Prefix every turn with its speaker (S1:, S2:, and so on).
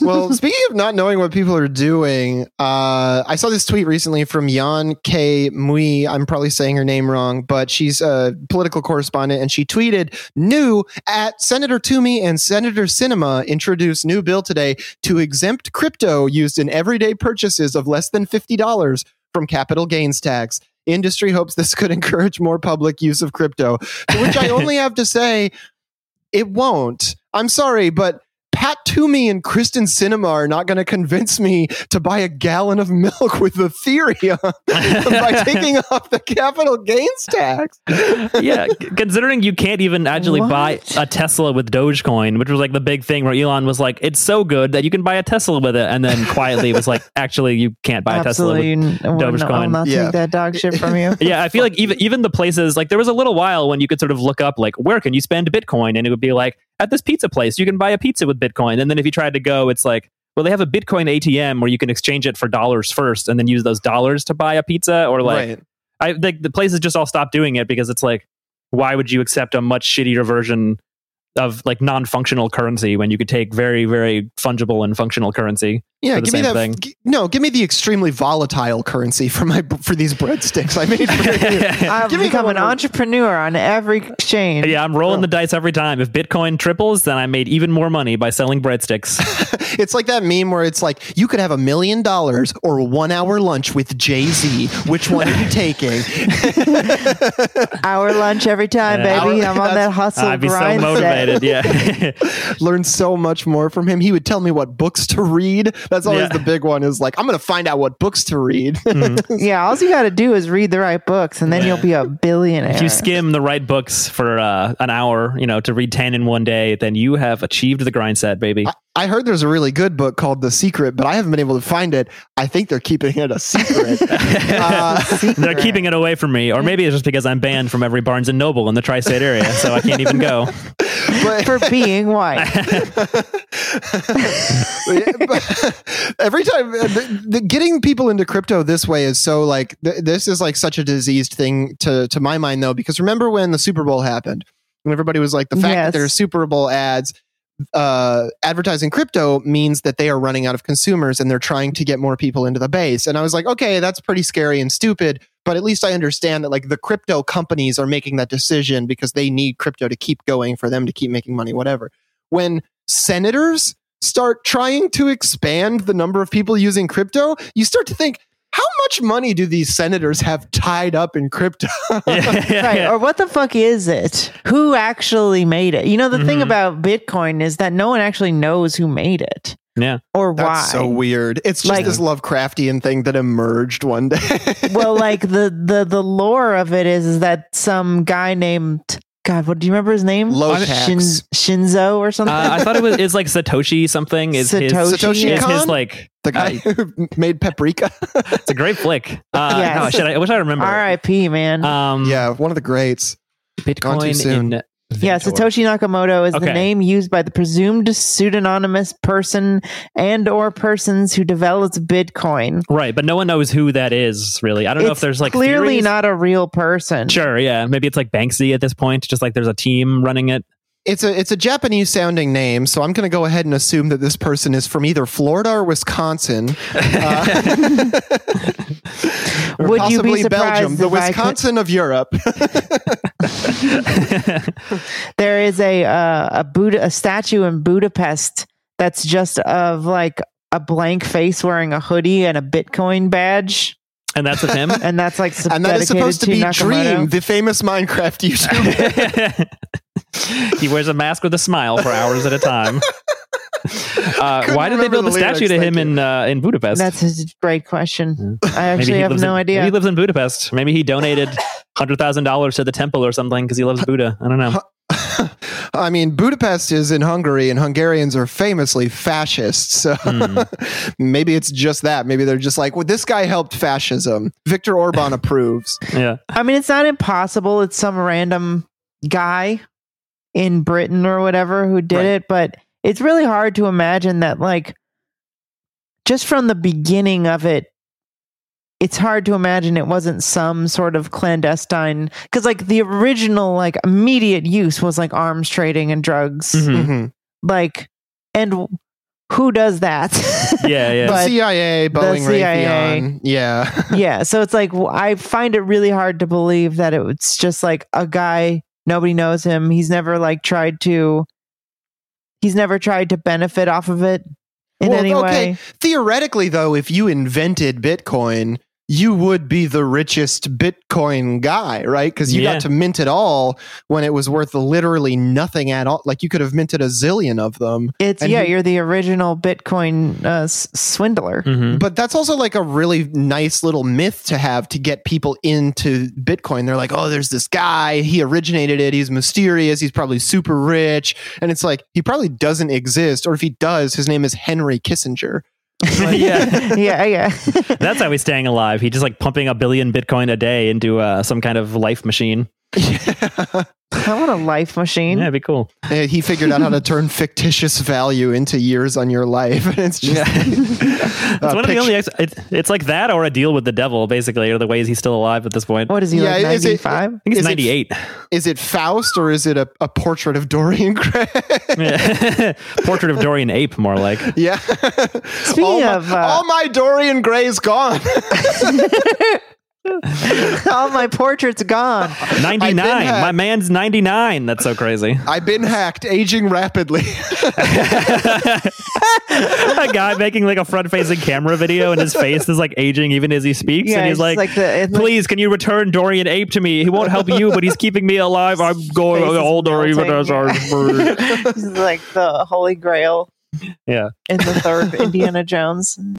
S1: well, speaking of not knowing what people are doing, uh, I saw this tweet recently from Yan K. Mui. I'm probably saying her name wrong, but she's a political correspondent, and she tweeted, "New at Senator Toomey and Senator Cinema introduced new bill today to exempt crypto used in everyday purchases of less than fifty dollars from capital gains tax." Industry hopes this could encourage more public use of crypto, to which I only have to say, it won't. I'm sorry, but Pat Toomey and Kristen Cinema are not going to convince me to buy a gallon of milk with Ethereum by taking off the capital gains tax.
S2: yeah, c- considering you can't even actually buy
S3: What?
S2: a Tesla with Dogecoin, which was like the big thing where Elon was like, "It's so good that you can buy a Tesla with it," and then quietly was like, "Actually, you can't buy a Tesla."
S3: Absolutely, n- we're not- I'll
S2: Dogecoin.
S3: not
S1: Yeah.
S3: take that dog shit from you.
S2: With- yeah, I feel like even even the places like there was a little while when you could sort of look up like where can you spend Bitcoin, and it would be like at this pizza place you can buy a pizza with Bitcoin, and then if you tried to go, it's like. Well, they have a Bitcoin ATM where you can exchange it for dollars first, and then use those dollars to buy a pizza, or like
S1: right.
S2: I like the places just all stopped doing it because it's like, why would you accept a much shittier version of like non-functional currency when you could take very, very fungible and functional currency?
S1: Yeah,
S2: for the
S1: give me that.
S2: same thing.
S1: g- no, give me the extremely volatile currency for my for these breadsticks I made. For you.
S2: yeah,
S3: I've
S1: Give me
S3: become
S1: one
S3: an
S1: of-
S3: entrepreneur on every exchange.
S2: I'm rolling the dice every time. If Bitcoin triples, then I made even more money by selling breadsticks.
S1: It's like that meme where it's like you could have a million dollars or a one hour lunch with Jay Z. Which one are you taking?
S3: Hour lunch every time,
S2: Yeah.
S3: baby.
S1: Hour-
S3: I'm on that hustle
S2: I'd be so
S3: grind
S2: motivated. Yeah.
S1: Learn so much more from him. He would tell me what books to read. That's always
S2: Yeah.
S1: the big one. Is like I'm going to find out what books to read.
S2: Mm.
S3: set. Yeah, all you got to do is read the right books, and then
S2: Yeah.
S3: you'll be a billionaire.
S2: If you skim the right books for uh, an hour, you know, to read 10 in one day, then you have achieved the grind set, baby.
S1: I- I heard there's a really good book called The Secret, but I haven't been able to find it. I think they're keeping it a secret. Uh,
S2: They're keeping it away from me, or maybe it's just because I'm banned from every Barnes and Noble in the tri-state area, so I can't even go.
S1: but,
S3: for being white.
S1: but every time uh, the, the, getting people into crypto this way is so like th- this is like such a diseased thing to to my mind though because remember when the Super Bowl happened and everybody was like the fact that
S3: Yes.
S1: there are Super Bowl ads uh advertising crypto means that they are running out of consumers and they're trying to get more people into the base and i was like okay that's pretty scary and stupid but at least i understand that like the crypto companies are making that decision because they need crypto to keep going for them to keep making money whatever when senators start trying to expand the number of people using crypto you start to think how much money do these senators have tied up in crypto
S2: Yeah, yeah,
S3: Right.
S2: yeah.
S3: Or what the fuck is it? Who actually made it? You know, the thing
S2: Mhm.
S3: about Bitcoin is that no one actually knows who made it
S2: Yeah.
S3: or why.
S1: that's so weird it's just
S3: Like-
S1: this lovecraftian thing that emerged one day
S3: well, like the the the lore of it is, is that some guy named God. What do you remember his name?
S1: Low
S3: Shin,
S1: tax.
S3: Shinzo or something.
S2: Uh, I thought it was is like Satoshi something. Is his,
S3: Satoshi.
S1: Satoshi
S2: is
S1: Kon?
S2: his like?
S1: The guy who made Paprika.
S2: It's a great flick. Uh,
S3: Yes.
S2: no, should I, I wish I remember.
S3: R.I.P. Man.
S2: Um,
S1: yeah, one of the greats. gone too
S2: Bitcoin
S1: soon.
S2: in
S3: yeah,
S2: Ventor.
S3: Satoshi Nakamoto is
S2: Okay.
S3: the name used by the presumed pseudonymous person and or persons who develops Bitcoin.
S2: Right, but no one knows who that is really. I don't know if
S3: It's
S2: there's like
S3: clearly
S2: theories.
S3: not a real person.
S2: Sure, yeah, maybe it's like Banksy at this point. Just like there's a team running it.
S1: It's a it's a Japanese sounding name, so I'm going to go ahead and assume that this person is from either Florida or Wisconsin. Uh, or
S3: Would you
S1: possibly
S3: be surprised
S1: Belgium, the
S3: if I could-
S1: Wisconsin of Europe?
S3: There is a uh, a Buddha a statue in Budapest that's just of like a blank face wearing a hoodie and a Bitcoin badge,
S2: and that's of him.
S3: and that's like
S1: and that is
S3: dedicated
S1: supposed to be
S3: Nakamoto.
S1: Dream, the famous Minecraft YouTuber.
S2: he wears a mask with a smile for hours at a time. Uh,
S1: Couldn't
S2: why did they
S1: remember
S2: build
S1: the
S2: a statue
S1: lyrics,
S2: to
S1: thank
S2: him in uh, in Budapest?
S3: That's a great question. I actually
S2: Hmm. he
S3: have
S2: lives
S3: no
S2: in,
S3: idea.
S2: Maybe he lives in Budapest. Maybe he donated hundred thousand dollars to the temple or something because he loves Buddha. I don't know.
S1: I mean, Budapest is in Hungary, and Hungarians are famously fascists. So maybe it's just that. Maybe they're just like, well, this guy helped fascism. Viktor Orban approves.
S2: Yeah,
S3: I mean, it's not impossible. It's some random guy in Britain or whatever who did
S1: Right.
S3: it, but it's really hard to imagine that, like, just from the beginning of it, it's hard to imagine it wasn't some sort of clandestine. Because, like, the original, like,
S2: Hmm. Mm-hmm.
S1: Mm-hmm.
S3: immediate use was like arms trading and drugs.
S2: Mhm.
S1: Mhm.
S3: Like, and who does that?
S2: Yeah, yeah.
S3: But-
S1: CIA, Boeing,
S3: CIA.
S1: Raytheon. Yeah.
S3: yeah. So it's like, w- I find it really hard to believe that it was just like a guy, nobody knows him. He's never like tried to, he's never tried to benefit off of it in
S1: Well,
S3: any
S1: okay.
S3: way.
S1: Theoretically, though, if you invented Bitcoin, you would be the richest Bitcoin guy, right? Because you
S2: Yeah.
S1: got to mint it all when it was worth literally nothing at all. Like you could have minted a zillion of them.
S3: It's,
S1: And
S3: yeah,
S1: he-
S3: you're the original Bitcoin uh, s- swindler.
S2: Mhm.
S1: But that's also like a really nice little myth to have to get people into Bitcoin. They're like, oh, there's this guy. He originated it. He's mysterious. He's probably super rich. And it's like, he probably doesn't exist. Or if he does, his name is Henry Kissinger.
S2: yeah.
S3: yeah, yeah.
S2: That's how he's staying alive. He just like pumping a billion Bitcoin a day into uh, some kind of life machine.
S3: I want a life machine.
S2: Yeah, it'd be cool.
S1: Uh, he figured out how to turn fictitious value into years on your life and it's just
S3: Uh,
S2: it's one of the only. Ex- it, it's like that or a deal with the devil, basically, are the ways he's still alive at this point. I
S3: What is he
S1: Yeah,
S3: like?
S1: is it-
S3: Ninety five.
S2: think
S1: Is
S2: it's
S1: it-
S2: ninety eight.
S1: is it faust or is it a, a portrait of dorian gray
S2: Portrait of Dorian Ape, more like.
S1: yeah all,
S3: of,
S1: my,
S3: uh,
S1: all my dorian gray's gone
S3: All my portrait's gone.
S2: Ninety nine.
S1: had-
S2: My man's ninety nine. That's so crazy.
S1: i've been hacked aging rapidly
S2: a guy making like a front facing camera video and his face is like aging even as he speaks.
S3: Yeah,
S2: and he's
S3: it's
S2: like,
S3: like the- it's like-
S2: please, can you return Dorian Ape to me? He won't help you, but he's keeping me alive. I'm going
S3: Face is
S2: older even as
S3: melting.
S2: I
S3: He's like the Holy Grail
S2: Yeah.
S3: in the third Indiana Jones.